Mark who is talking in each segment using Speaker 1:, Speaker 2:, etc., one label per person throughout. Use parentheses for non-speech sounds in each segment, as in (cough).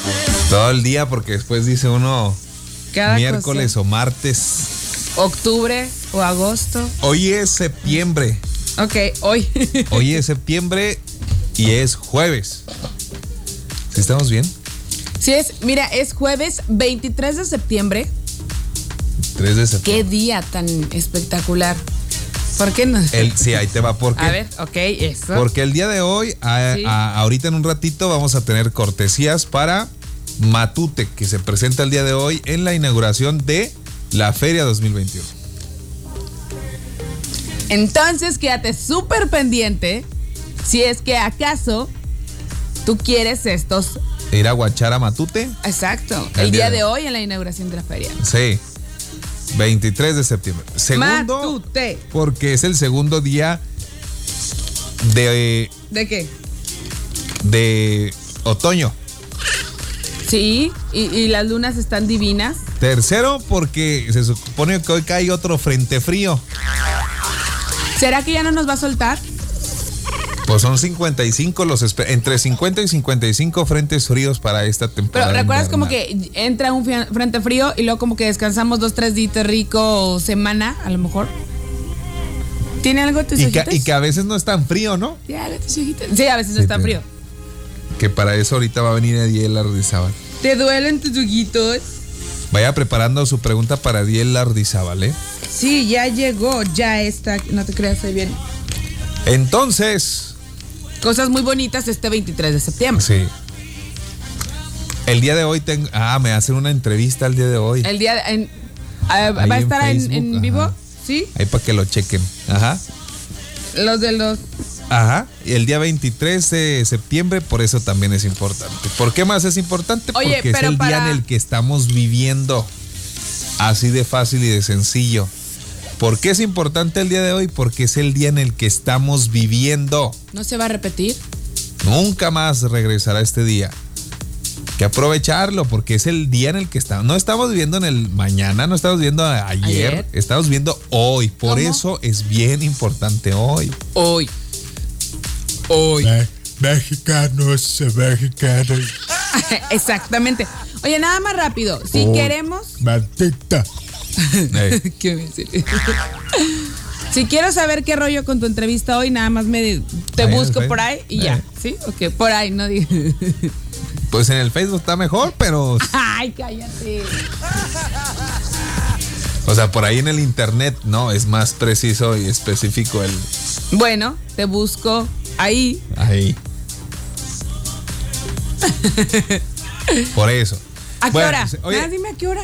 Speaker 1: complicado el día porque después dice uno
Speaker 2: Cada
Speaker 1: miércoles
Speaker 2: cosa.
Speaker 1: o martes.
Speaker 2: Octubre o agosto.
Speaker 1: Hoy es septiembre.
Speaker 2: Ok, hoy. (laughs)
Speaker 1: Hoy es septiembre y es jueves. ¿Sí estamos bien?
Speaker 2: Sí es, mira, es jueves 23 de septiembre.
Speaker 1: 3 de
Speaker 2: Qué
Speaker 1: septiembre.
Speaker 2: día tan espectacular. ¿Por qué no?
Speaker 1: El, sí, ahí te va. ¿Por qué?
Speaker 2: (laughs) A ver, ok, eso.
Speaker 1: Porque el día de hoy, a-
Speaker 2: Sí.
Speaker 1: a- ahorita en un ratito, vamos a tener cortesías para Matute, que se presenta el día de hoy en la inauguración de la Feria 2021.
Speaker 2: Entonces quédate súper pendiente si es que acaso tú quieres estos.
Speaker 1: Ir a guachar a Matute,
Speaker 2: Exacto.
Speaker 1: El
Speaker 2: El
Speaker 1: día
Speaker 2: día
Speaker 1: de-
Speaker 2: de hoy en la inauguración de la feria.
Speaker 1: sí, 23 de septiembre. Segundo,
Speaker 2: Matute.
Speaker 1: porque es el segundo día de,
Speaker 2: ¿De qué?
Speaker 1: de otoño.
Speaker 2: Sí, y, y las lunas están divinas.
Speaker 1: Tercero, porque se supone que hoy cae otro frente frío.
Speaker 2: ¿Será que ya no nos va a soltar?
Speaker 1: Pues son 55 los espe- entre 50 y 55 frentes fríos para esta
Speaker 2: Pero
Speaker 1: temporada.
Speaker 2: recuerdas
Speaker 1: invernal.
Speaker 2: como que entra un fia- frente frío y luego como que descansamos dos, tres días rico o semana, a lo mejor. ¿Tiene algo tus
Speaker 1: y
Speaker 2: ojitos?
Speaker 1: que, y que a veces no es tan frío, ¿no?
Speaker 2: ¿Tiene algo tus ojitos? Sí, a veces no
Speaker 1: Sí,
Speaker 2: está
Speaker 1: tiene.
Speaker 2: frío.
Speaker 1: Que para eso ahorita va a venir Adiel Ardizábal.
Speaker 2: ¿Te duelen tus ojitos?
Speaker 1: Vaya preparando su pregunta para Adiel Ardizábal, ¿eh?
Speaker 2: Sí, ya llegó, ya está. No te creas, estoy bien.
Speaker 1: Entonces,
Speaker 2: Cosas muy bonitas este 23 de septiembre.
Speaker 1: sí. El día de hoy tengo. Ah, me hacen una entrevista el día de hoy.
Speaker 2: El día de- en- ah,
Speaker 1: Ahí
Speaker 2: ¿Va a
Speaker 1: en
Speaker 2: estar en,
Speaker 1: Facebook,
Speaker 2: en
Speaker 1: ajá.
Speaker 2: vivo? Sí.
Speaker 1: Ahí para que lo chequen. Ajá.
Speaker 2: Los de los.
Speaker 1: Ajá. Y el día 23 de septiembre, por eso también es importante. ¿Por qué más es importante?
Speaker 2: Oye,
Speaker 1: Porque es
Speaker 2: pero
Speaker 1: el día
Speaker 2: para-
Speaker 1: en el que estamos viviendo. Así de fácil y de sencillo. ¿Por qué es importante el día de hoy? Porque es el día en el que estamos viviendo.
Speaker 2: ¿No se va a repetir?
Speaker 1: Nunca más regresará este día. Que aprovecharlo porque es el día en el que estamos. No estamos viviendo en el mañana, no estamos viendo a- ayer,
Speaker 2: Ayer.
Speaker 1: estamos viendo hoy. Por
Speaker 2: ¿Cómo?
Speaker 1: eso es bien importante hoy.
Speaker 2: Hoy. Hoy.
Speaker 3: Me- Mexicanos, mexicanos,
Speaker 2: (laughs) Exactamente. Oye, nada más rápido. Si
Speaker 3: Oh.
Speaker 2: queremos.
Speaker 3: maldita.
Speaker 1: Eh.
Speaker 2: (laughs) ¿Qué voy a decir? si quiero saber qué rollo con tu entrevista hoy, nada más me te
Speaker 1: Ahí en
Speaker 2: busco
Speaker 1: el
Speaker 2: por ahí
Speaker 1: Facebook.
Speaker 2: y ya.
Speaker 1: Eh.
Speaker 2: ¿Sí? Ok, por ahí, no digas. (laughs)
Speaker 1: Pues en el Facebook está mejor, pero.
Speaker 2: Ay, cállate.
Speaker 1: O sea, por ahí en el internet, no, es más preciso y específico el.
Speaker 2: Bueno, te busco ahí.
Speaker 1: Ahí.
Speaker 2: (laughs)
Speaker 1: Por eso.
Speaker 2: ¿A qué
Speaker 1: Bueno,
Speaker 2: hora?
Speaker 1: pues, oye,
Speaker 2: Nada, dime a qué hora.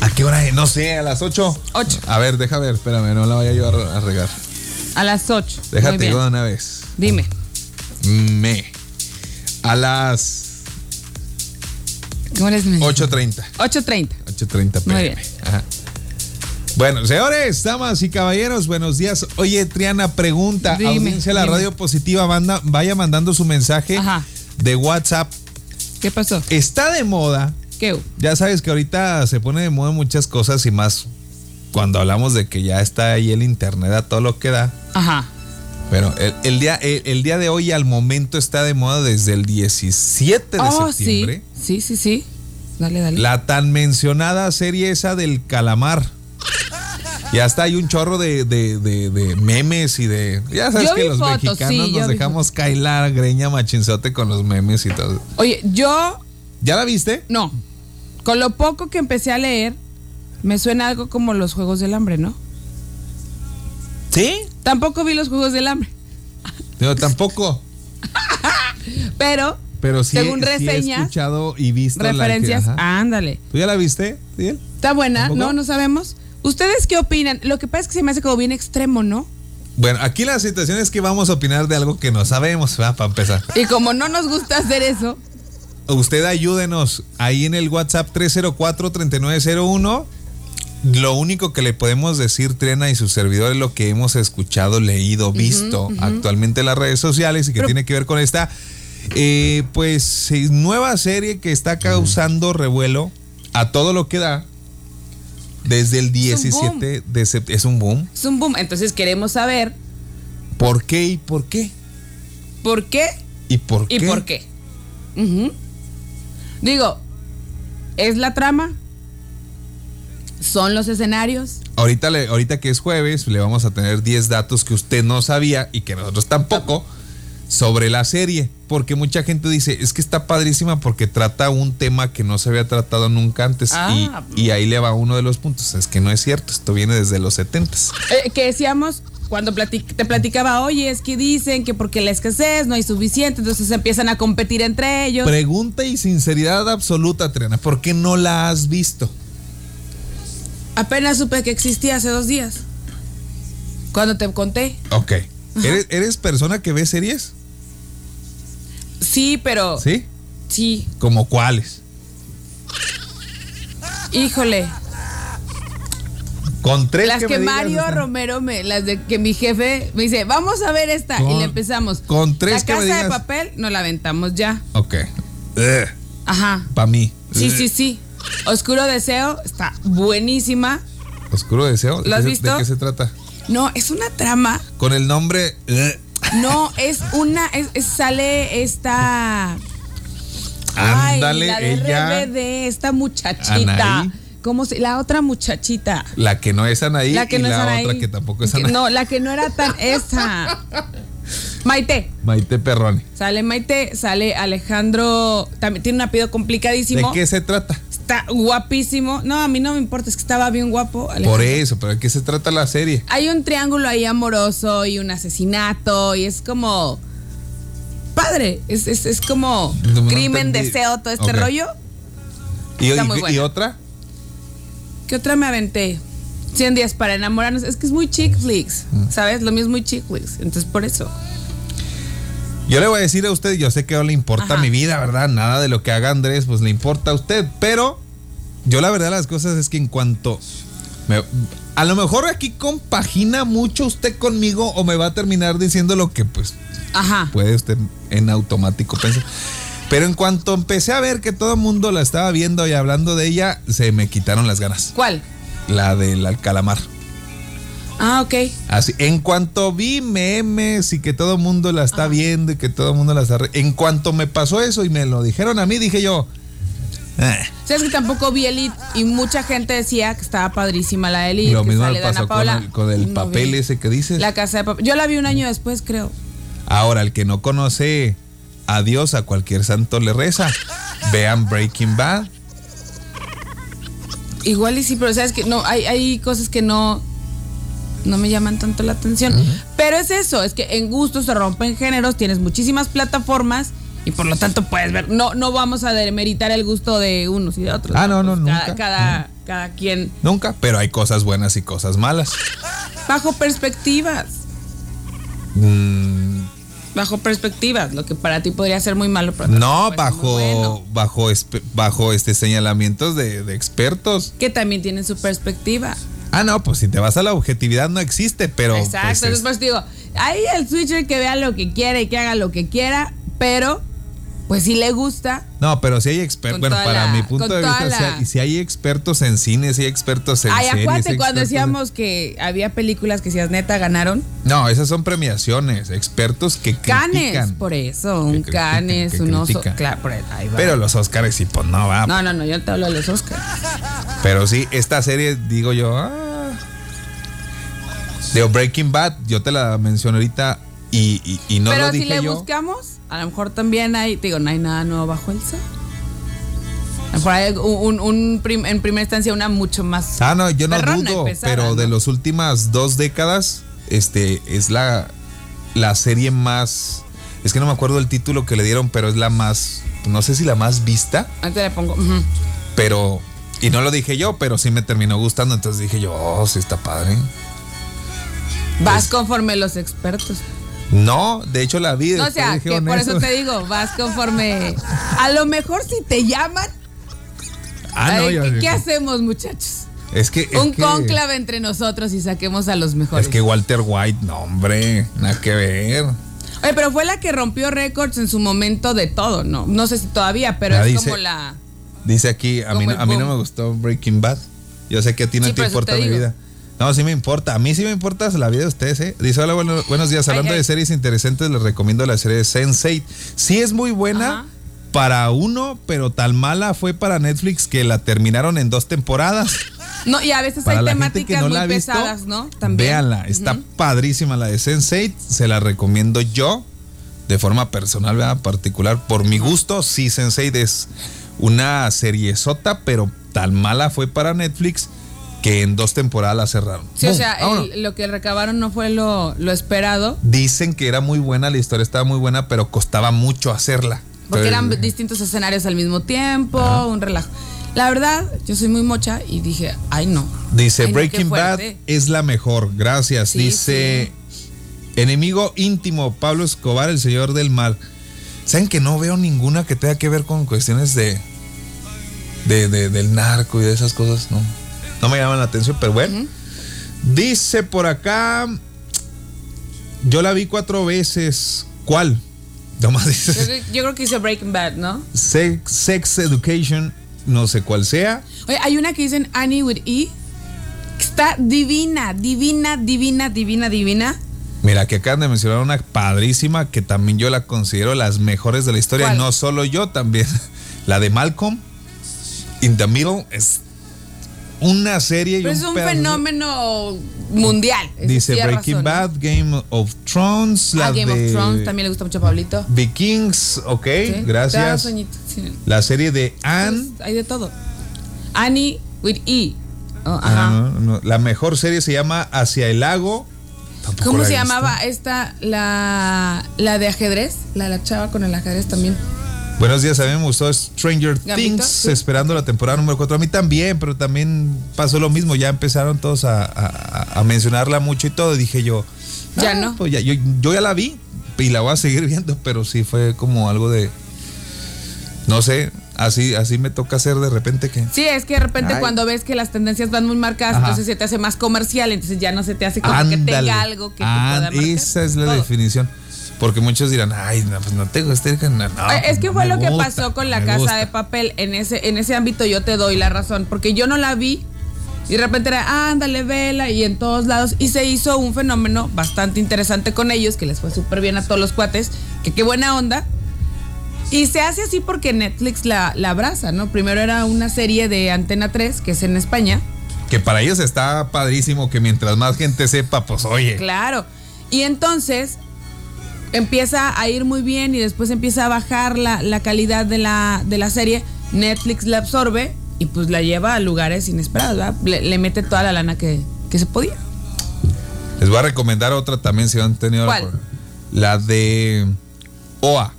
Speaker 1: ¿a qué hora es? No sé, a las 8.
Speaker 2: Ocho.
Speaker 1: A ver, deja ver, espérame, no la vaya yo a re- a regar.
Speaker 2: A las 8.
Speaker 1: Déjate digo de una vez.
Speaker 2: Dime.
Speaker 1: Me. A las
Speaker 2: ¿Cómo les
Speaker 1: 8.30.
Speaker 2: 8.30.
Speaker 1: 8.30 pm.
Speaker 2: Muy bien.
Speaker 1: Ajá. Bueno, señores, damas y caballeros, buenos días. Oye, Triana, pregunta.
Speaker 2: Dime,
Speaker 1: audiencia de la
Speaker 2: dime.
Speaker 1: radio positiva, manda, vaya mandando su mensaje
Speaker 2: Ajá.
Speaker 1: de WhatsApp.
Speaker 2: ¿Qué pasó?
Speaker 1: Está de moda.
Speaker 2: ¿Qué?
Speaker 1: Ya sabes que ahorita se pone de moda muchas cosas y más cuando hablamos de que ya está ahí el internet a todo lo que da.
Speaker 2: Ajá.
Speaker 1: Pero el, el día, el, el día de hoy al momento está de moda desde el 17 de
Speaker 2: Oh, sí.
Speaker 1: septiembre.
Speaker 2: Sí, sí, sí. Dale, dale.
Speaker 1: La tan mencionada serie esa del calamar. Y hasta hay un chorro de, de- de- de memes y de... Ya sabes
Speaker 2: Yo
Speaker 1: que
Speaker 2: vi
Speaker 1: los
Speaker 2: fotos,
Speaker 1: mexicanos
Speaker 2: sí, yo
Speaker 1: nos
Speaker 2: vi
Speaker 1: dejamos caer la greña machinzote con los memes y todo.
Speaker 2: Oye, yo
Speaker 1: ¿Ya la viste?
Speaker 2: no. Con lo poco que empecé a leer, me suena algo como los Juegos del Hambre, ¿no?
Speaker 1: Sí.
Speaker 2: Tampoco vi los Juegos del Hambre,
Speaker 1: Yo tampoco.
Speaker 2: pero
Speaker 1: Pero sí,
Speaker 2: según
Speaker 1: sí he
Speaker 2: reseñas,
Speaker 1: escuchado y visto la que-
Speaker 2: referencias,
Speaker 1: ajá.
Speaker 2: ándale.
Speaker 1: ¿Tú ya la viste? Fidel?
Speaker 2: Está buena,
Speaker 1: ¿Tampoco?
Speaker 2: no, no sabemos. ¿Ustedes qué opinan? Lo que pasa es que se me hace como bien extremo, ¿no?
Speaker 1: Bueno, aquí la situación es que vamos a opinar de algo que no sabemos, ¿verdad? Para empezar.
Speaker 2: Y como no nos gusta hacer eso,
Speaker 1: Usted ayúdenos ahí en el WhatsApp 304-3901. Lo único que le podemos decir, Trena y su servidor, es lo que hemos escuchado, leído, visto actualmente en las redes sociales y que tiene que ver con esta, eh, pues, eh, nueva serie que está causando revuelo a todo lo que da desde el
Speaker 2: Es un boom.
Speaker 1: 17 de septiembre. Es un boom.
Speaker 2: es un boom. Entonces queremos saber
Speaker 1: ¿Por qué y por qué?
Speaker 2: por qué
Speaker 1: ¿Y por
Speaker 2: y
Speaker 1: qué?
Speaker 2: por qué. Ujú. Digo, es la trama, son los escenarios.
Speaker 1: Ahorita, le- ahorita que es jueves, le vamos a tener 10 datos que usted no sabía y que nosotros tampoco sobre la serie. Porque mucha gente dice, es que está padrísima porque trata un tema que no se había tratado nunca antes. y-
Speaker 2: Ah.
Speaker 1: y, ahí le va uno de los puntos. Es que no es cierto, esto viene desde los 70s.
Speaker 2: Eh, que decíamos cuando platic- te platicaba, oye, es que dicen que porque la escasez no hay suficiente, entonces empiezan a competir entre ellos.
Speaker 1: Pregunta y sinceridad absoluta, Triana. ¿Por qué no la has visto?
Speaker 2: Apenas supe que existía hace dos días. Cuando te conté.
Speaker 1: Ok. ¿Eres, eres persona que ve series?
Speaker 2: Sí, pero. Sí.
Speaker 1: ¿Sí? ¿Como cuáles?
Speaker 2: Híjole.
Speaker 1: Con tres
Speaker 2: Las que,
Speaker 1: me digas,
Speaker 2: Mario
Speaker 1: están-
Speaker 2: Romero me. Las de que mi jefe me dice, vamos a ver esta. y
Speaker 1: Con-
Speaker 2: le empezamos.
Speaker 1: con tres
Speaker 2: La
Speaker 1: que me
Speaker 2: casa de
Speaker 1: digas.
Speaker 2: papel nos la aventamos ya.
Speaker 1: Ok.
Speaker 2: Ajá.
Speaker 1: Para mí.
Speaker 2: Sí,
Speaker 1: Ugh.
Speaker 2: sí, sí. Oscuro Deseo está buenísima.
Speaker 1: Oscuro deseo.
Speaker 2: ¿Lo has
Speaker 1: ¿De-
Speaker 2: visto?
Speaker 1: ¿De qué se trata?
Speaker 2: No, es una trama
Speaker 1: Con el nombre. eh,
Speaker 2: No, es una. es- es- sale esta. ay,
Speaker 1: Ándale,
Speaker 2: la de
Speaker 1: ella.
Speaker 2: RBD, esta muchachita.
Speaker 1: Anaí.
Speaker 2: ¿Cómo se.? La otra muchachita.
Speaker 1: La que no es Anaí
Speaker 2: La que
Speaker 1: y
Speaker 2: no
Speaker 1: la
Speaker 2: es Anaí.
Speaker 1: otra que tampoco es
Speaker 2: Que-
Speaker 1: Anaí.
Speaker 2: No, la que no era tan. Esa. Maite.
Speaker 1: (laughs) Maite Perroni.
Speaker 2: Sale Maite, sale Alejandro. También tiene un apellido
Speaker 1: ¿De
Speaker 2: complicadísimo.
Speaker 1: qué se trata?
Speaker 2: Está guapísimo. No, a mí no me importa, es que estaba bien guapo. Alejandro.
Speaker 1: Por eso, pero ¿de qué se trata la serie?
Speaker 2: hay un triángulo ahí amoroso y un asesinato y es como padre, es, es, es como
Speaker 1: No, no
Speaker 2: crimen,
Speaker 1: entendí.
Speaker 2: deseo, todo este
Speaker 1: Ok.
Speaker 2: rollo.
Speaker 1: ¿Y,
Speaker 2: Está
Speaker 1: y-
Speaker 2: muy buena.
Speaker 1: y otra?
Speaker 2: ¿Qué otra me aventé? 100 días para enamorarnos. Es que es muy chick flicks,
Speaker 1: Mm.
Speaker 2: ¿sabes? Lo mío es muy chick flicks. Entonces, por eso.
Speaker 1: Yo le voy a decir a usted, yo sé que no le importa
Speaker 2: Ajá.
Speaker 1: mi vida, ¿verdad? Nada de lo que haga Andrés, pues le importa a usted. Pero yo la verdad de las cosas es que en cuanto... me- a lo mejor aquí compagina mucho usted conmigo o me va a terminar diciendo lo que pues
Speaker 2: Ajá.
Speaker 1: puede usted en automático pensar. Pero en cuanto empecé a ver que todo el mundo la estaba viendo y hablando de ella, se me quitaron las ganas.
Speaker 2: ¿Cuál?
Speaker 1: La del al- calamar.
Speaker 2: Ah, ok.
Speaker 1: Así, en cuanto vi memes y que todo el mundo la está viendo y que todo el mundo la está... re- En cuanto me pasó eso y me lo dijeron a mí, dije yo... "Ah".
Speaker 2: Sabes que tampoco vi Elite y mucha gente decía que estaba padrísima la de Elite.
Speaker 1: Lo
Speaker 2: que
Speaker 1: mismo me
Speaker 2: sale Dana
Speaker 1: pasó con
Speaker 2: Paola.
Speaker 1: el, con el
Speaker 2: No
Speaker 1: papel
Speaker 2: vi.
Speaker 1: ese que dices.
Speaker 2: La casa de papel. Yo la vi un año después, creo.
Speaker 1: Ahora, el que no conoce a Dios, a cualquier santo le reza. Vean Breaking Bad.
Speaker 2: Igual y sí, pero sabes que no, hay, hay cosas que no, no me llaman tanto la atención. Pero es eso, es que en gustos se rompen géneros, tienes muchísimas plataformas y por lo tanto puedes ver. No, no vamos a demeritar el gusto de unos y de otros.
Speaker 1: Ah, no, no,
Speaker 2: Pues
Speaker 1: nunca.
Speaker 2: Cada, cada, cada quien
Speaker 1: Nunca, pero hay cosas buenas y cosas malas.
Speaker 2: bajo perspectivas.
Speaker 1: Mm,
Speaker 2: Bajo perspectivas, lo que para ti podría ser muy malo. para
Speaker 1: no,
Speaker 2: otros puede ser
Speaker 1: bajo,
Speaker 2: muy bueno.
Speaker 1: bajo, espe- bajo este señalamientos de, de expertos.
Speaker 2: Que también tienen su perspectiva.
Speaker 1: Ah, no, pues si te vas a la objetividad no existe, pero. pues,
Speaker 2: Exacto,
Speaker 1: es-
Speaker 2: entonces pues digo, ahí el switcher que vea lo que quiera y que haga lo que quiera, pero pues si le gusta,
Speaker 1: no, pero si hay expertos.
Speaker 2: Con
Speaker 1: Bueno,
Speaker 2: toda
Speaker 1: para
Speaker 2: la-
Speaker 1: mi punto
Speaker 2: con
Speaker 1: de vista,
Speaker 2: toda
Speaker 1: si
Speaker 2: la-
Speaker 1: hay, si hay expertos en cine, si hay expertos en
Speaker 2: Ay,
Speaker 1: series, pues, si
Speaker 2: acuérdate
Speaker 1: hay
Speaker 2: cuando
Speaker 1: expertos en-
Speaker 2: decíamos que había películas que si as neta ganaron.
Speaker 1: No, esas son premiaciones, expertos que
Speaker 2: Canes,
Speaker 1: critican.
Speaker 2: por eso,
Speaker 1: Que
Speaker 2: un
Speaker 1: critican,
Speaker 2: canes,
Speaker 1: que
Speaker 2: un oso.
Speaker 1: critican.
Speaker 2: Claro, por ahí, ahí va.
Speaker 1: Pero los Oscars sí, pues no va.
Speaker 2: no, no, no, yo te hablo de los Oscars.
Speaker 1: Pero sí, esta serie, digo yo, ah. Digo, Breaking Bad, yo te la mencioné ahorita y, y- y no
Speaker 2: Pero
Speaker 1: lo
Speaker 2: si
Speaker 1: dije
Speaker 2: le
Speaker 1: yo.
Speaker 2: buscamos, a lo mejor también hay, te digo, no hay nada nuevo bajo el sol. A lo mejor hay un, un- un prim- en primera instancia una mucho más.
Speaker 1: Ah, no, yo no
Speaker 2: perrona y
Speaker 1: dudo,
Speaker 2: pesada,
Speaker 1: pero de
Speaker 2: ¿no?
Speaker 1: las últimas dos décadas, este, es la, la serie más. Es que no me acuerdo el título que le dieron, pero es la más. No sé si la más vista,
Speaker 2: Ahorita le pongo. ujú.
Speaker 1: pero. Y no lo dije yo, pero sí me terminó gustando. Entonces dije yo, oh, sí está padre.
Speaker 2: Vas conforme los expertos.
Speaker 1: No, de hecho la vi.
Speaker 2: No, o
Speaker 1: después
Speaker 2: sea,
Speaker 1: dije,
Speaker 2: que
Speaker 1: "Oh,
Speaker 2: por eso
Speaker 1: eso".
Speaker 2: te digo, vas conforme. A lo mejor si te llaman,
Speaker 1: Ah, no,
Speaker 2: ay,
Speaker 1: yo-
Speaker 2: ¿qué, qué hacemos, muchachos?
Speaker 1: Es que. es
Speaker 2: Un
Speaker 1: que-
Speaker 2: cónclave entre nosotros y saquemos a los mejores.
Speaker 1: Es que Walter White, no, hombre, nada que ver.
Speaker 2: Oye, pero fue la que rompió récords en su momento de todo, ¿no? No sé si todavía, pero
Speaker 1: Ya
Speaker 2: es
Speaker 1: dice-
Speaker 2: como la.
Speaker 1: Dice aquí, a mí,
Speaker 2: Como
Speaker 1: no-
Speaker 2: el
Speaker 1: a mí no
Speaker 2: boom.
Speaker 1: me gustó Breaking Bad. Yo sé que a ti no
Speaker 2: Sí,
Speaker 1: te
Speaker 2: por eso
Speaker 1: importa
Speaker 2: te
Speaker 1: mi
Speaker 2: digo.
Speaker 1: vida. No, sí me importa. A mí sí me importa la vida de ustedes, ¿eh? Dice, hola, bueno- buenos días.
Speaker 2: Ay,
Speaker 1: Hablando
Speaker 2: ay.
Speaker 1: de series interesantes, les recomiendo la serie Sense8. Sí es muy buena,
Speaker 2: Ajá.
Speaker 1: para uno, pero tan mala fue para Netflix que la terminaron en dos temporadas.
Speaker 2: No, y a veces
Speaker 1: Para
Speaker 2: hay
Speaker 1: la gente que
Speaker 2: temáticas
Speaker 1: no la ha
Speaker 2: muy
Speaker 1: visto,
Speaker 2: pesadas, ¿no? También.
Speaker 1: véanla, está padrísima la de Sense8, se la recomiendo yo de forma personal, ¿verdad? particular, por mi gusto, sí Sense8 es una serie sota, pero tan mala fue para Netflix que en dos temporadas la cerraron.
Speaker 2: Sí, o
Speaker 1: ¡Bum!
Speaker 2: sea, el-
Speaker 1: Vámonos.
Speaker 2: lo que recabaron no fue lo, lo esperado,
Speaker 1: Dicen que era muy buena, la historia estaba muy buena, pero costaba mucho hacerla.
Speaker 2: porque
Speaker 1: Pero- Ah.
Speaker 2: eran distintos escenarios al mismo tiempo, un relajo. La verdad, yo soy muy mocha y dije, ay no.
Speaker 1: Dice
Speaker 2: Ay, no, qué
Speaker 1: Breaking Bad
Speaker 2: fuerte.
Speaker 1: es la mejor, gracias.
Speaker 2: Sí,
Speaker 1: Dice enemigo íntimo Pablo Escobar, el señor del mal. Saben que no veo ninguna que tenga que ver con cuestiones de, de, de- del narco y de esas cosas, no. No me llaman la atención, pero bueno. Dice por acá, yo la vi cuatro veces. ¿Cuál? Nomás (laughs)
Speaker 2: Yo,
Speaker 1: dice
Speaker 2: creo- yo creo que hice Breaking Bad, ¿no?
Speaker 1: sex, Sex Education, no sé cuál sea.
Speaker 2: Oye, hay una que dicen Annie with E. que Está divina, divina, divina, divina, divina.
Speaker 1: Mira, que acaban de mencionar una padrísima que también yo la considero las mejores de la historia.
Speaker 2: ¿Cuál?
Speaker 1: No solo yo, también (laughs) la de Malcolm in the Middle es una serie y
Speaker 2: Pero es Pues un
Speaker 1: pedazo-
Speaker 2: fenómeno mundial. eso
Speaker 1: Dice
Speaker 2: sí hay
Speaker 1: Breaking
Speaker 2: razón. ¿eh?
Speaker 1: Bad, Game of Thrones, la
Speaker 2: Ah, Game
Speaker 1: de
Speaker 2: of Thrones también le gusta mucho a Pablito.
Speaker 1: Vikings, ok,
Speaker 2: Sí, te da
Speaker 1: gracias.
Speaker 2: sueñito, sí.
Speaker 1: La serie de Anne,
Speaker 2: Pues, hay de todo. Annie with E. Oh,
Speaker 1: Ah,
Speaker 2: ajá.
Speaker 1: no, no, la mejor serie se llama Hacia el lago. Tampoco
Speaker 2: ¿Cómo
Speaker 1: la he
Speaker 2: se
Speaker 1: visto.
Speaker 2: llamaba esta? La, la de ajedrez. La de la chava con el ajedrez también.
Speaker 1: Buenos días, a mí me gustó Stranger
Speaker 2: Gambito,
Speaker 1: Things,
Speaker 2: sí.
Speaker 1: esperando la temporada número 4. A mí también, pero también pasó lo mismo. Ya empezaron todos a, a- a mencionarla mucho y todo. Dije yo,
Speaker 2: Ya no.
Speaker 1: pues ya, yo, yo ya la vi y la voy a seguir (laughs) viendo, pero sí fue como algo de. No sé, así, así me toca hacer de repente que.
Speaker 2: Sí, es que de repente
Speaker 1: Ay.
Speaker 2: cuando ves que las tendencias van muy marcadas,
Speaker 1: Ajá.
Speaker 2: entonces se te hace más comercial, entonces ya no se te hace como que
Speaker 1: Ándale.
Speaker 2: tenga algo que te
Speaker 1: Ah,
Speaker 2: pueda marcar.
Speaker 1: Esa es la
Speaker 2: Todo.
Speaker 1: definición. Porque muchos dirán, ay, no, pues no te gusta. No, no,
Speaker 2: Eh, es
Speaker 1: pues
Speaker 2: que
Speaker 1: no
Speaker 2: fue
Speaker 1: me
Speaker 2: lo que
Speaker 1: gusta,
Speaker 2: pasó con
Speaker 1: no
Speaker 2: la
Speaker 1: me
Speaker 2: casa
Speaker 1: gusta.
Speaker 2: de papel. En ese, en ese ámbito yo te doy la razón, porque yo no la vi. Y de repente era, ándale, vela, y en todos lados. Y se hizo un fenómeno bastante interesante con ellos, que les fue súper bien a todos los cuates, que qué buena onda. Y se hace así porque Netflix la, la abraza, ¿no? Primero era una serie de Antena 3, que es en España.
Speaker 1: Que para ellos está padrísimo que mientras más gente sepa, pues oye.
Speaker 2: Claro. Y entonces empieza a ir muy bien y después empieza a bajar la, la calidad de la, de la serie. Netflix la absorbe y pues la lleva a lugares inesperados, ¿verdad? Le, le mete toda la lana que, que se podía.
Speaker 1: Les voy a recomendar otra también si han tenido la-
Speaker 2: ¿Cuál?
Speaker 1: La, de OA.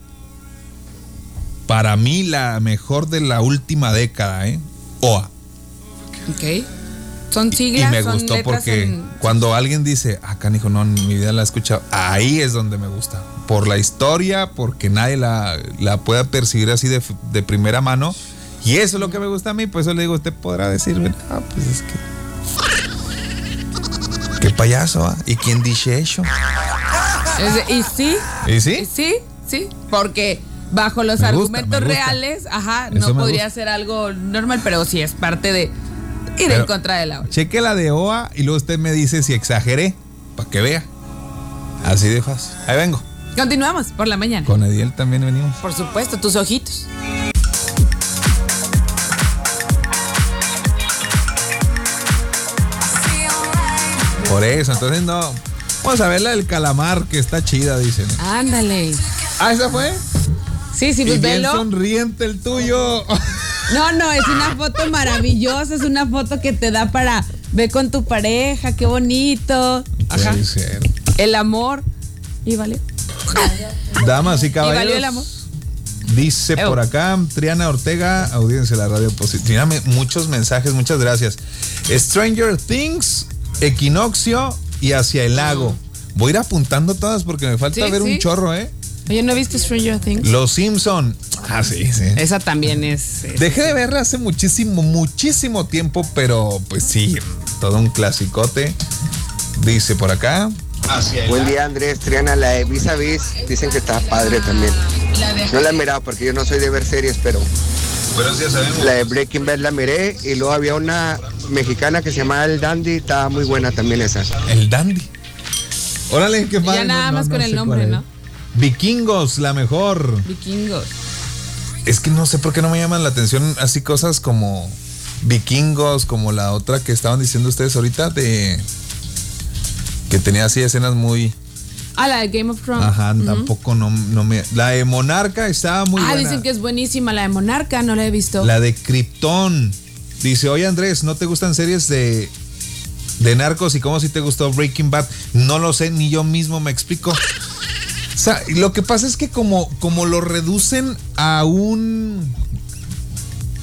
Speaker 1: Para mí la mejor de la última década, ¿eh? OA.
Speaker 2: Ok. Son
Speaker 1: Y
Speaker 2: siglas,
Speaker 1: me
Speaker 2: son
Speaker 1: gustó
Speaker 2: letras
Speaker 1: porque
Speaker 2: en-
Speaker 1: cuando alguien dice, acá dijo, no, en mi vida la he escuchado, ahí es donde me gusta. Por la historia, porque nadie la, la pueda percibir así de, f- de primera mano. Y eso es lo que me gusta a mí, por eso le digo, usted podrá decirme, ah, pues es que. Qué payaso, ah? ¿Y quién dice eso?
Speaker 2: es de- y sí,
Speaker 1: ¿Y
Speaker 2: y
Speaker 1: sí?
Speaker 2: sí, sí, porque bajo los
Speaker 1: Me gusta,
Speaker 2: argumentos
Speaker 1: me gusta.
Speaker 2: reales, ajá,
Speaker 1: Eso
Speaker 2: no
Speaker 1: me
Speaker 2: podría
Speaker 1: gusta.
Speaker 2: ser algo normal, pero sí es parte de ir en
Speaker 1: Pero-
Speaker 2: contra de la ola.
Speaker 1: Cheque la de OA y luego usted me dice si exageré, para que vea. Así de fácil. Ahí vengo.
Speaker 2: Continuamos por la mañana.
Speaker 1: Con Ediel también venimos.
Speaker 2: Por supuesto, tus ojitos.
Speaker 1: Por eso, entonces no. Vamos a ver la del calamar, que está chida, dicen.
Speaker 2: Ándale.
Speaker 1: Ah, ¿esa fue?
Speaker 2: Sí, sí,
Speaker 1: Y
Speaker 2: pues
Speaker 1: bien
Speaker 2: velo.
Speaker 1: sonriente el
Speaker 2: (laughs)
Speaker 1: tuyo.
Speaker 2: No, no, es una foto maravillosa, es una foto que te da para ver con tu pareja, qué bonito. Ajá.
Speaker 1: Puede ser.
Speaker 2: El amor. Y vale.
Speaker 1: Damas y
Speaker 2: valió
Speaker 1: caballeros.
Speaker 2: el amor.
Speaker 1: Dice
Speaker 2: Ew.
Speaker 1: por acá Triana Ortega, audiencia de la radio positiva. Mírame, muchos mensajes, muchas gracias. Stranger Things, Equinoccio y Hacia el Lago. Voy a ir apuntando todas porque me falta
Speaker 2: Mm. Sí,
Speaker 1: ver
Speaker 2: sí.
Speaker 1: un chorro, ¿eh?
Speaker 2: Oye, ¿no viste Stranger Things?
Speaker 1: Los Simpson. Ah, sí, sí.
Speaker 2: Esa también es. es-
Speaker 1: Dejé de verla hace muchísimo, muchísimo tiempo, pero pues sí, todo un clasicote. Dice por acá.
Speaker 4: Buen día Andrés, Triana, la de Vis a Vis, dicen que está padre también. No la he mirado porque yo no soy de ver series, pero
Speaker 1: Buenos días, sabemos.
Speaker 4: la de Breaking Bad la miré y luego había una mexicana que se llamaba El Dandy, estaba muy buena también esa.
Speaker 1: El Dandy. Órale, qué padre.
Speaker 2: nada más con el
Speaker 1: sé cuál
Speaker 2: nombre,
Speaker 1: es.
Speaker 2: ¿no?
Speaker 1: Vikingos, la mejor.
Speaker 2: Vikingos.
Speaker 1: Es que no sé por qué no me llaman la atención así cosas como vikingos, como la otra que estaban diciendo ustedes ahorita de que tenía así escenas muy
Speaker 2: Ah, la de Game of Thrones.
Speaker 1: ajá, tampoco no, no me la de Monarca estaba muy
Speaker 2: ah,
Speaker 1: buena.
Speaker 2: dicen que es buenísima la de Monarca, no la he visto.
Speaker 1: La de Krypton. Dice, "Oye Andrés, ¿no te gustan series de de narcos y cómo si te gustó Breaking Bad?" No lo sé ni yo mismo me explico. O sea, lo que pasa es que como como lo reducen a un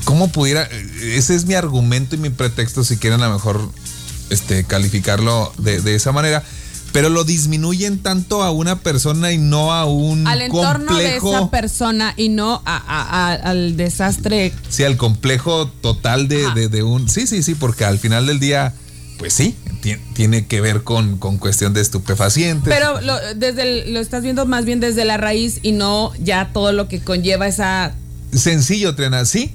Speaker 1: ¿Cómo pudiera? Ese es mi argumento y mi pretexto, si quieren a lo mejor este, calificarlo de, de esa manera. Pero lo disminuyen tanto a una persona y no a un
Speaker 2: al entorno
Speaker 1: Mm, complejo.
Speaker 2: de esa persona y no a- a- a- al desastre.
Speaker 1: Sí, al complejo total de,
Speaker 2: Ajá.
Speaker 1: de- de un... Sí, sí, sí, porque al final del día, pues sí, ti- tiene que ver con, con cuestión de estupefacientes.
Speaker 2: Pero lo, desde el- lo estás viendo más bien desde la raíz y no ya todo lo que conlleva esa.
Speaker 1: Sencillo, Trena, sí.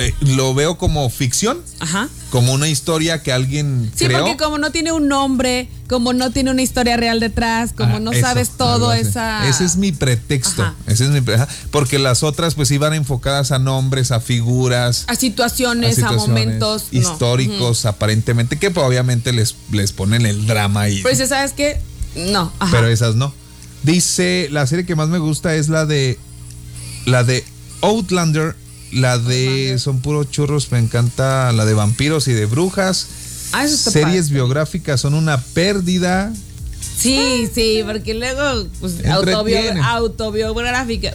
Speaker 1: Eh, lo veo como ficción,
Speaker 2: Ajá.
Speaker 1: como una historia que alguien
Speaker 2: Sí,
Speaker 1: creó.
Speaker 2: porque como no tiene un nombre, como no tiene una historia real detrás, como
Speaker 1: Ah,
Speaker 2: no
Speaker 1: eso,
Speaker 2: sabes
Speaker 1: algo
Speaker 2: todo
Speaker 1: así.
Speaker 2: esa.
Speaker 1: Ese es mi pretexto.
Speaker 2: Ajá.
Speaker 1: Ese es mi pre- ajá. Porque las otras pues iban enfocadas a nombres, a figuras.
Speaker 2: a
Speaker 1: a
Speaker 2: situaciones, a,
Speaker 1: situaciones
Speaker 2: momentos no.
Speaker 1: históricos aparentemente que pues, obviamente les, les ponen el drama y
Speaker 2: Pues sabes que no, ajá.
Speaker 1: pero esas no dice la serie que más me gusta es la de la de Outlander la de son puros churros me encanta la de vampiros y de brujas
Speaker 2: Ah, eso está
Speaker 1: series
Speaker 2: padre.
Speaker 1: biográficas son una pérdida
Speaker 2: Sí, sí, porque luego pues,
Speaker 1: Entretiene.
Speaker 2: autobio- autobiográfica.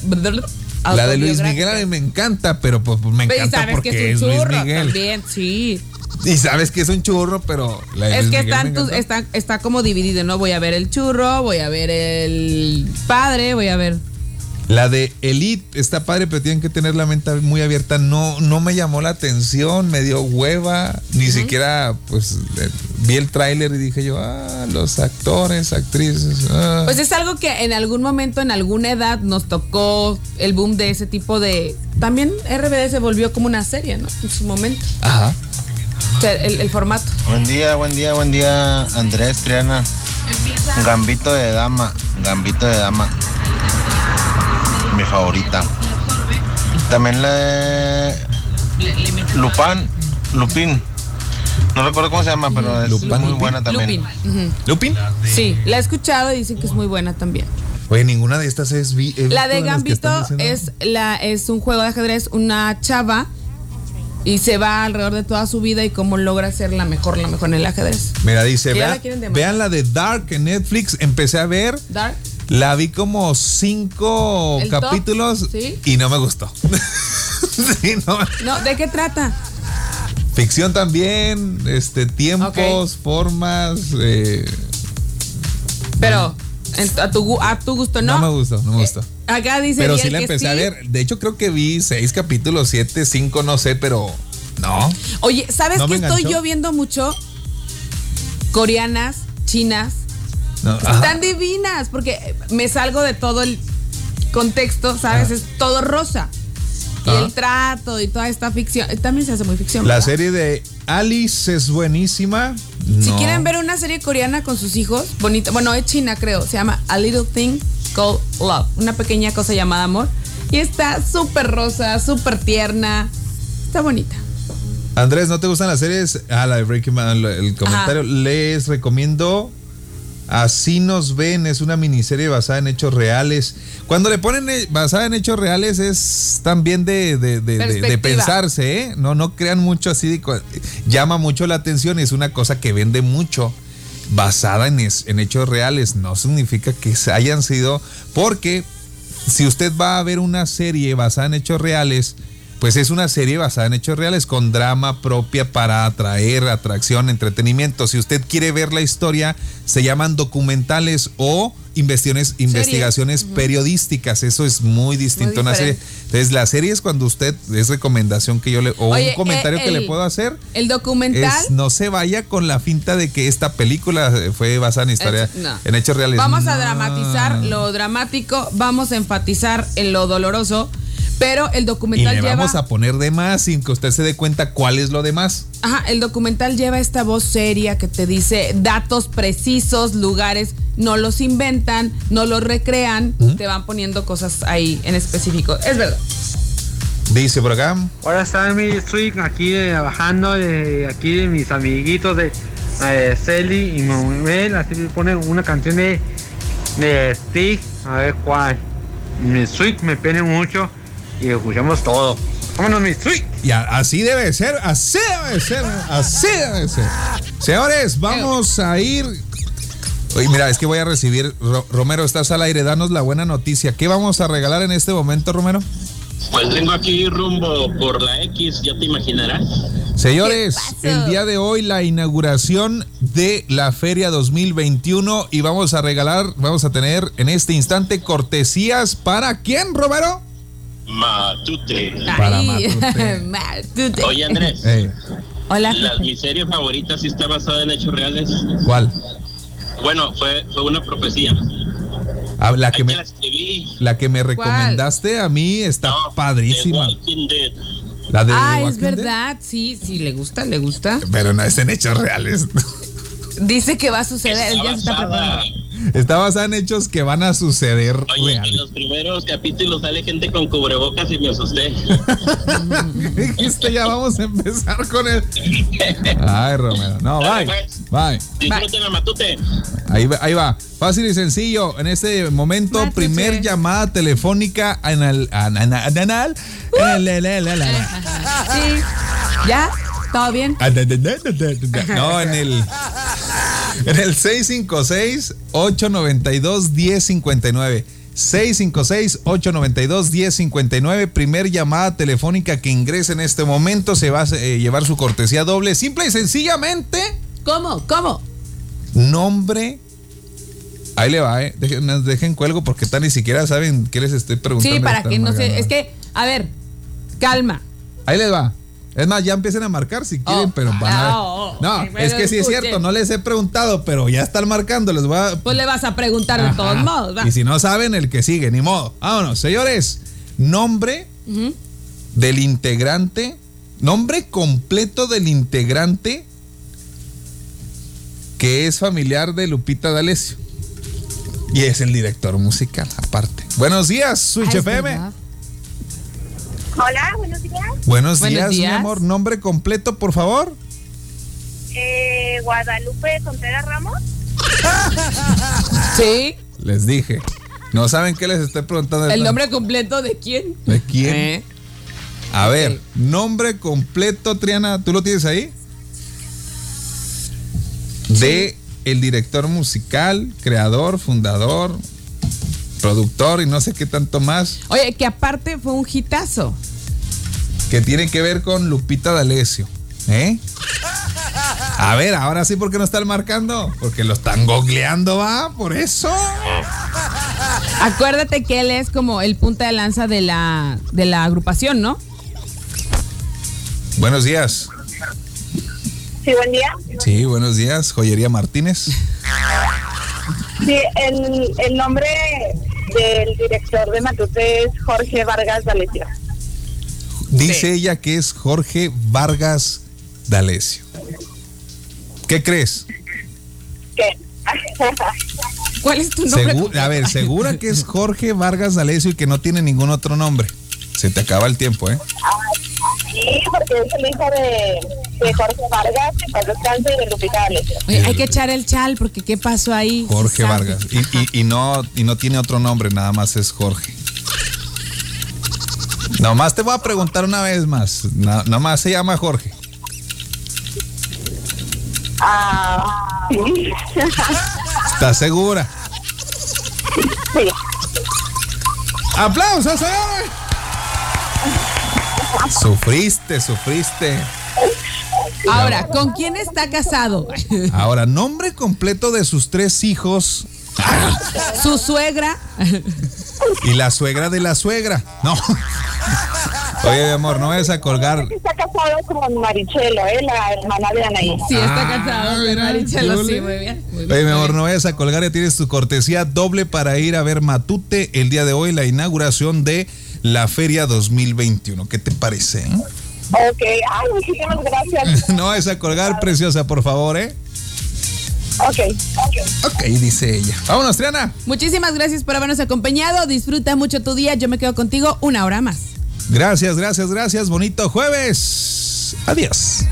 Speaker 1: la de Luis Miguel a mí me encanta pero pues, me
Speaker 2: Pero y
Speaker 1: encanta
Speaker 2: sabes
Speaker 1: porque
Speaker 2: que
Speaker 1: es
Speaker 2: es un
Speaker 1: Luis
Speaker 2: churro
Speaker 1: Miguel
Speaker 2: también, sí.
Speaker 1: y sabes que es un churro pero la de
Speaker 2: es
Speaker 1: Luis
Speaker 2: que
Speaker 1: Miguel me
Speaker 2: están tus-
Speaker 1: encanta.
Speaker 2: está, está como dividido, ¿no? Voy a ver el churro, voy a ver el padre, voy a ver.
Speaker 1: La de Elite está padre, pero tienen que tener la mente muy abierta. No, no me llamó la atención, me dio hueva. Ni siquiera, pues, eh, vi el tráiler y dije yo, ah, los actores, actrices. ah".
Speaker 2: Pues es algo que en algún momento, en alguna edad, nos tocó el boom de ese tipo de. También RBD se volvió como una serie, ¿no? En su momento.
Speaker 1: Ajá.
Speaker 2: O sea, el, el formato.
Speaker 5: Buen día, buen día, buen día, Andrés Triana. Gambito de dama, gambito de dama. Mi favorita. También la de Lupán, Lupín. No recuerdo cómo se llama, pero es
Speaker 1: Lupán,
Speaker 5: muy
Speaker 1: Lupín.
Speaker 5: buena también.
Speaker 2: Lupin. Ujú.
Speaker 1: ¿Lupin?
Speaker 2: Sí, la he escuchado y dicen que es muy buena también.
Speaker 1: Oye, ninguna de estas es. vi- he visto
Speaker 2: La de
Speaker 1: las que
Speaker 2: Gambito
Speaker 1: están diciendo.
Speaker 2: es, la, es un juego de ajedrez, una chava y se va alrededor de toda su vida y cómo logra ser la mejor, la mejor en el ajedrez.
Speaker 1: Mira, dice,
Speaker 2: Que ya la
Speaker 1: vean,
Speaker 2: quieren demandar.
Speaker 1: vean la de Dark en Netflix. Empecé a ver,
Speaker 2: Dark.
Speaker 1: la vi como cinco
Speaker 2: El top,
Speaker 1: capítulos
Speaker 2: sí.
Speaker 1: y no me gustó. (laughs) sí, no me-
Speaker 2: No, ¿de qué trata?
Speaker 1: Ficción también, este, tiempos, formas. eh,
Speaker 2: Pero en- a, tu, gu- a tu gusto,
Speaker 1: no.
Speaker 2: ¿no?
Speaker 1: me gustó, no me gustó.
Speaker 2: Acá dice
Speaker 1: pero
Speaker 2: Ariel
Speaker 1: sí la
Speaker 2: que
Speaker 1: empecé a
Speaker 2: sí.
Speaker 1: ver. De hecho, creo que vi seis capítulos, siete, cinco, no sé, pero no.
Speaker 2: Oye, ¿sabes
Speaker 1: No
Speaker 2: qué
Speaker 1: me
Speaker 2: estoy
Speaker 1: enganchó.
Speaker 2: yo viendo mucho? Coreanas, chinas.
Speaker 1: no, ajá.
Speaker 2: Están divinas, porque me salgo de todo el contexto, ¿sabes?
Speaker 1: Ajá.
Speaker 2: Es todo rosa. Y
Speaker 1: Ajá.
Speaker 2: el trato y toda esta ficción. eh, También se hace muy ficción.
Speaker 1: La
Speaker 2: ¿verdad?
Speaker 1: serie de Alice es buenísima.
Speaker 2: Si
Speaker 1: No.
Speaker 2: quieren ver una serie coreana con sus hijos, bonita, bueno, es china creo, se llama A Little Thing Called Love, una pequeña cosa llamada amor. Y está súper rosa, súper tierna, está bonita.
Speaker 1: Andrés, ¿no te gustan las series? Ah, la de Breaking Bad, el- el comentario. Les recomiendo Así nos ven, es una miniserie basada en hechos reales. Cuando le ponen eh, basada en hechos reales es también de, de- de- de- de
Speaker 2: Perspectiva.
Speaker 1: pensarse, ¿eh? No, no crean mucho así, de cua- llama mucho la atención, es una cosa que vende mucho. Basada en, es- en hechos reales, no significa que se hayan sido, porque si usted va a ver una serie basada en hechos reales, pues es una serie basada en hechos reales, con drama propia para atraer atracción, entretenimiento. Si usted quiere ver la historia, se llaman documentales o investigaciones, investigaciones periodísticas. Eso es muy distinto a una serie.
Speaker 2: diferente.
Speaker 1: Entonces, la serie es cuando usted, es recomendación que yo le, o
Speaker 2: Oye,
Speaker 1: un comentario
Speaker 2: eh,
Speaker 1: que le
Speaker 2: el-
Speaker 1: puedo hacer.
Speaker 2: El documental.
Speaker 1: Es, no se vaya con la finta de que esta película fue basada en historia,
Speaker 2: Hecho- no.
Speaker 1: en hechos reales.
Speaker 2: Vamos a
Speaker 1: No.
Speaker 2: dramatizar lo dramático, vamos a enfatizar en lo doloroso, pero el
Speaker 1: Y
Speaker 2: documental
Speaker 1: le
Speaker 2: lleva.
Speaker 1: vamos a poner de más sin que usted se dé cuenta cuál es lo de más.
Speaker 2: Ajá, el documental lleva esta voz seria que te dice datos precisos, lugares, no los inventan, no los recrean, te van poniendo cosas ahí en específico. Es verdad.
Speaker 1: Dice por acá.
Speaker 6: Ahora está en mi street aquí eh, bajando de aquí de mis amiguitos de eh, Celi y Manuel, así me ponen una canción de, de Stick, a ver cuál. Mi street me pene mucho y escuchamos todo. Vámonos mi street.
Speaker 1: Y a- así debe de ser, así debe de ser, así debe de ser. Señores, vamos a ir. Oye, mira, es que voy a recibir. Ro- Romero, estás al aire, danos la buena noticia. ¿Qué vamos a regalar en este momento, Romero?
Speaker 7: Pues vengo aquí rumbo por la X, ya te imaginarás.
Speaker 1: Señores,
Speaker 2: ¿Qué pasó?
Speaker 1: el día de hoy la inauguración de la Feria 2021 y vamos a regalar, vamos a tener en este instante cortesías para quién, Romero?
Speaker 7: Matute.
Speaker 1: Para
Speaker 2: Ahí.
Speaker 1: Matute.
Speaker 2: (laughs) Matute.
Speaker 7: Oye Andrés,
Speaker 1: Eh,
Speaker 2: Hola.
Speaker 7: las mi serie favorita sí está basada en hechos reales.
Speaker 1: ¿Cuál?
Speaker 7: Bueno, fue, fue una profecía.
Speaker 1: Ah, la,
Speaker 7: Ahí
Speaker 1: que
Speaker 7: te la
Speaker 1: me,
Speaker 7: escribí.
Speaker 1: la que me recomendaste a mí está
Speaker 7: No, The
Speaker 1: padrísima.
Speaker 7: Walking Dead.
Speaker 1: La de
Speaker 2: Ah,
Speaker 1: The
Speaker 2: es
Speaker 1: Walking Dead.
Speaker 2: verdad, sí, sí, le gusta, le gusta.
Speaker 1: Pero no es en hechos reales.
Speaker 2: Dice que va a suceder, él
Speaker 7: Está
Speaker 2: ya se está
Speaker 7: basada.
Speaker 2: preparando.
Speaker 1: está basada en hechos que van a suceder
Speaker 7: Oye, en
Speaker 1: real.
Speaker 7: los primeros capítulos sale gente con cubrebocas y
Speaker 2: (laughs)
Speaker 7: me asusté.
Speaker 1: (laughs) Dijiste, ya vamos a empezar con el. Ay, Romero. No, bye.
Speaker 7: Dale, pues.
Speaker 1: Bye.
Speaker 7: Disfruten la matute.
Speaker 1: Ahí, va- ahí va. Fácil y sencillo. En este momento,
Speaker 2: Mátese.
Speaker 1: primer llamada telefónica anal. anal. anal.
Speaker 2: Uh. Sí. ¿Ya? ¿Todo bien?
Speaker 1: Ah, No, en el. En el 656-892-1059. 656-892-1059. Primer llamada telefónica que ingrese en este momento. Se va a eh, llevar su cortesía doble. Simple y sencillamente.
Speaker 2: ¿Cómo? ¿Cómo?
Speaker 1: Nombre. Ahí le va, ¿eh? Dejen, no, dejen cuelgo porque tan ni siquiera saben qué les estoy preguntando.
Speaker 2: Sí, para
Speaker 1: Están
Speaker 2: que no se.
Speaker 1: marcando.
Speaker 2: Es que, a ver, calma.
Speaker 1: Ahí les va. Es más, ya empiecen a marcar si quieren,
Speaker 2: Oh.
Speaker 1: pero van a ver.
Speaker 2: Ah, oh, oh.
Speaker 1: No,
Speaker 2: Sí, bueno,
Speaker 1: es que sí es
Speaker 2: escuchen.
Speaker 1: cierto, no les he preguntado, pero ya están marcando, les voy a
Speaker 2: Pues le vas a preguntar de
Speaker 1: Ajá.
Speaker 2: todos modos. va.
Speaker 1: Y si no saben, el que sigue, ni modo. Vámonos, señores. Nombre
Speaker 2: Ujú. Ah,
Speaker 1: del integrante. Nombre completo del integrante que es familiar de Lupita D'Alessio. Y es el director musical, aparte. Buenos días,
Speaker 2: Ah,
Speaker 1: Switch
Speaker 2: es
Speaker 1: FM.
Speaker 2: verdad.
Speaker 8: Hola, buenos días.
Speaker 1: Buenos,
Speaker 2: Buenos
Speaker 1: días, mi
Speaker 2: días.
Speaker 1: amor. Nombre completo, por favor.
Speaker 8: Eh, Guadalupe Contreras Ramos.
Speaker 2: Sí.
Speaker 1: Les dije. No saben qué les estoy preguntando.
Speaker 2: ¿El nombre completo de quién?
Speaker 1: ¿De quién?
Speaker 2: Eh,
Speaker 1: A ver, nombre completo, Triana, ¿tú lo tienes ahí? De el director musical, creador, fundador, productor y no sé qué tanto más,
Speaker 2: Oye, que aparte fue un hitazo.
Speaker 1: que tiene que ver con Lupita D'Alessio, ¿eh? A ver, ahora sí, ¿por qué no están marcando? Porque lo están googleando, va, por eso.
Speaker 2: Acuérdate que él es como el punta de lanza de la, de la agrupación, ¿no?
Speaker 1: Buenos días.
Speaker 8: Sí, buen día.
Speaker 1: Sí, buenos días, Joyería Martínez.
Speaker 8: Sí, el, el nombre del director de Matute es Jorge Vargas D'Alessio.
Speaker 1: Dice ella que es Jorge Vargas D'Alessio. ¿Qué crees?
Speaker 8: ¿Qué? (laughs)
Speaker 2: ¿Cuál es tu nombre?
Speaker 1: Segu- a ver, segura que es Jorge Vargas D'Alessio y que no tiene ningún otro nombre. Se te acaba el tiempo, ¿eh?
Speaker 8: sí, porque es el hijo de, de Jorge Vargas, que paz descanse, y de Lupita D'Alessio.
Speaker 2: Oye, hay que echar el chal porque ¿qué pasó ahí?
Speaker 1: Jorge
Speaker 2: ¿Sabe?
Speaker 1: Vargas. Y, y- y no, y no tiene otro nombre, nada más es Jorge. Nomás te voy a preguntar una vez más. Na- nomás se llama Jorge.
Speaker 8: Ah, sí.
Speaker 1: ¿Estás segura?
Speaker 8: Sí.
Speaker 1: ¡Aplausos, señores! Sufriste, sufriste.
Speaker 2: Ahora, ¿con quién está casado? (laughs)
Speaker 1: Ahora, nombre completo de sus tres hijos
Speaker 2: Su suegra.
Speaker 1: y la suegra de la suegra. No. Oye, mi amor, no vayas a colgar.
Speaker 8: Está casado con Marichelo, ¿eh? la hermana de Anaí.
Speaker 2: Sí, está
Speaker 1: Ah,
Speaker 2: casado. con
Speaker 1: mira,
Speaker 2: Marichelo, sí,
Speaker 1: yole.
Speaker 2: muy bien. muy
Speaker 1: Oye, mi
Speaker 2: bien.
Speaker 1: amor, no vayas a colgar. Ya tienes tu cortesía doble para ir a ver Matute el día de hoy, la inauguración de la Feria 2021. ¿Qué te parece? eh? (laughs)
Speaker 8: Ok, ay, muchísimas gracias.
Speaker 1: No vayas a colgar, preciosa, por favor, ¿eh?
Speaker 8: Ok, ok.
Speaker 1: Ok, dice ella. Vámonos, Triana.
Speaker 2: Muchísimas gracias por habernos acompañado. Disfruta mucho tu día. Yo me quedo contigo una hora más.
Speaker 1: Gracias, gracias, gracias. Bonito jueves. Adiós.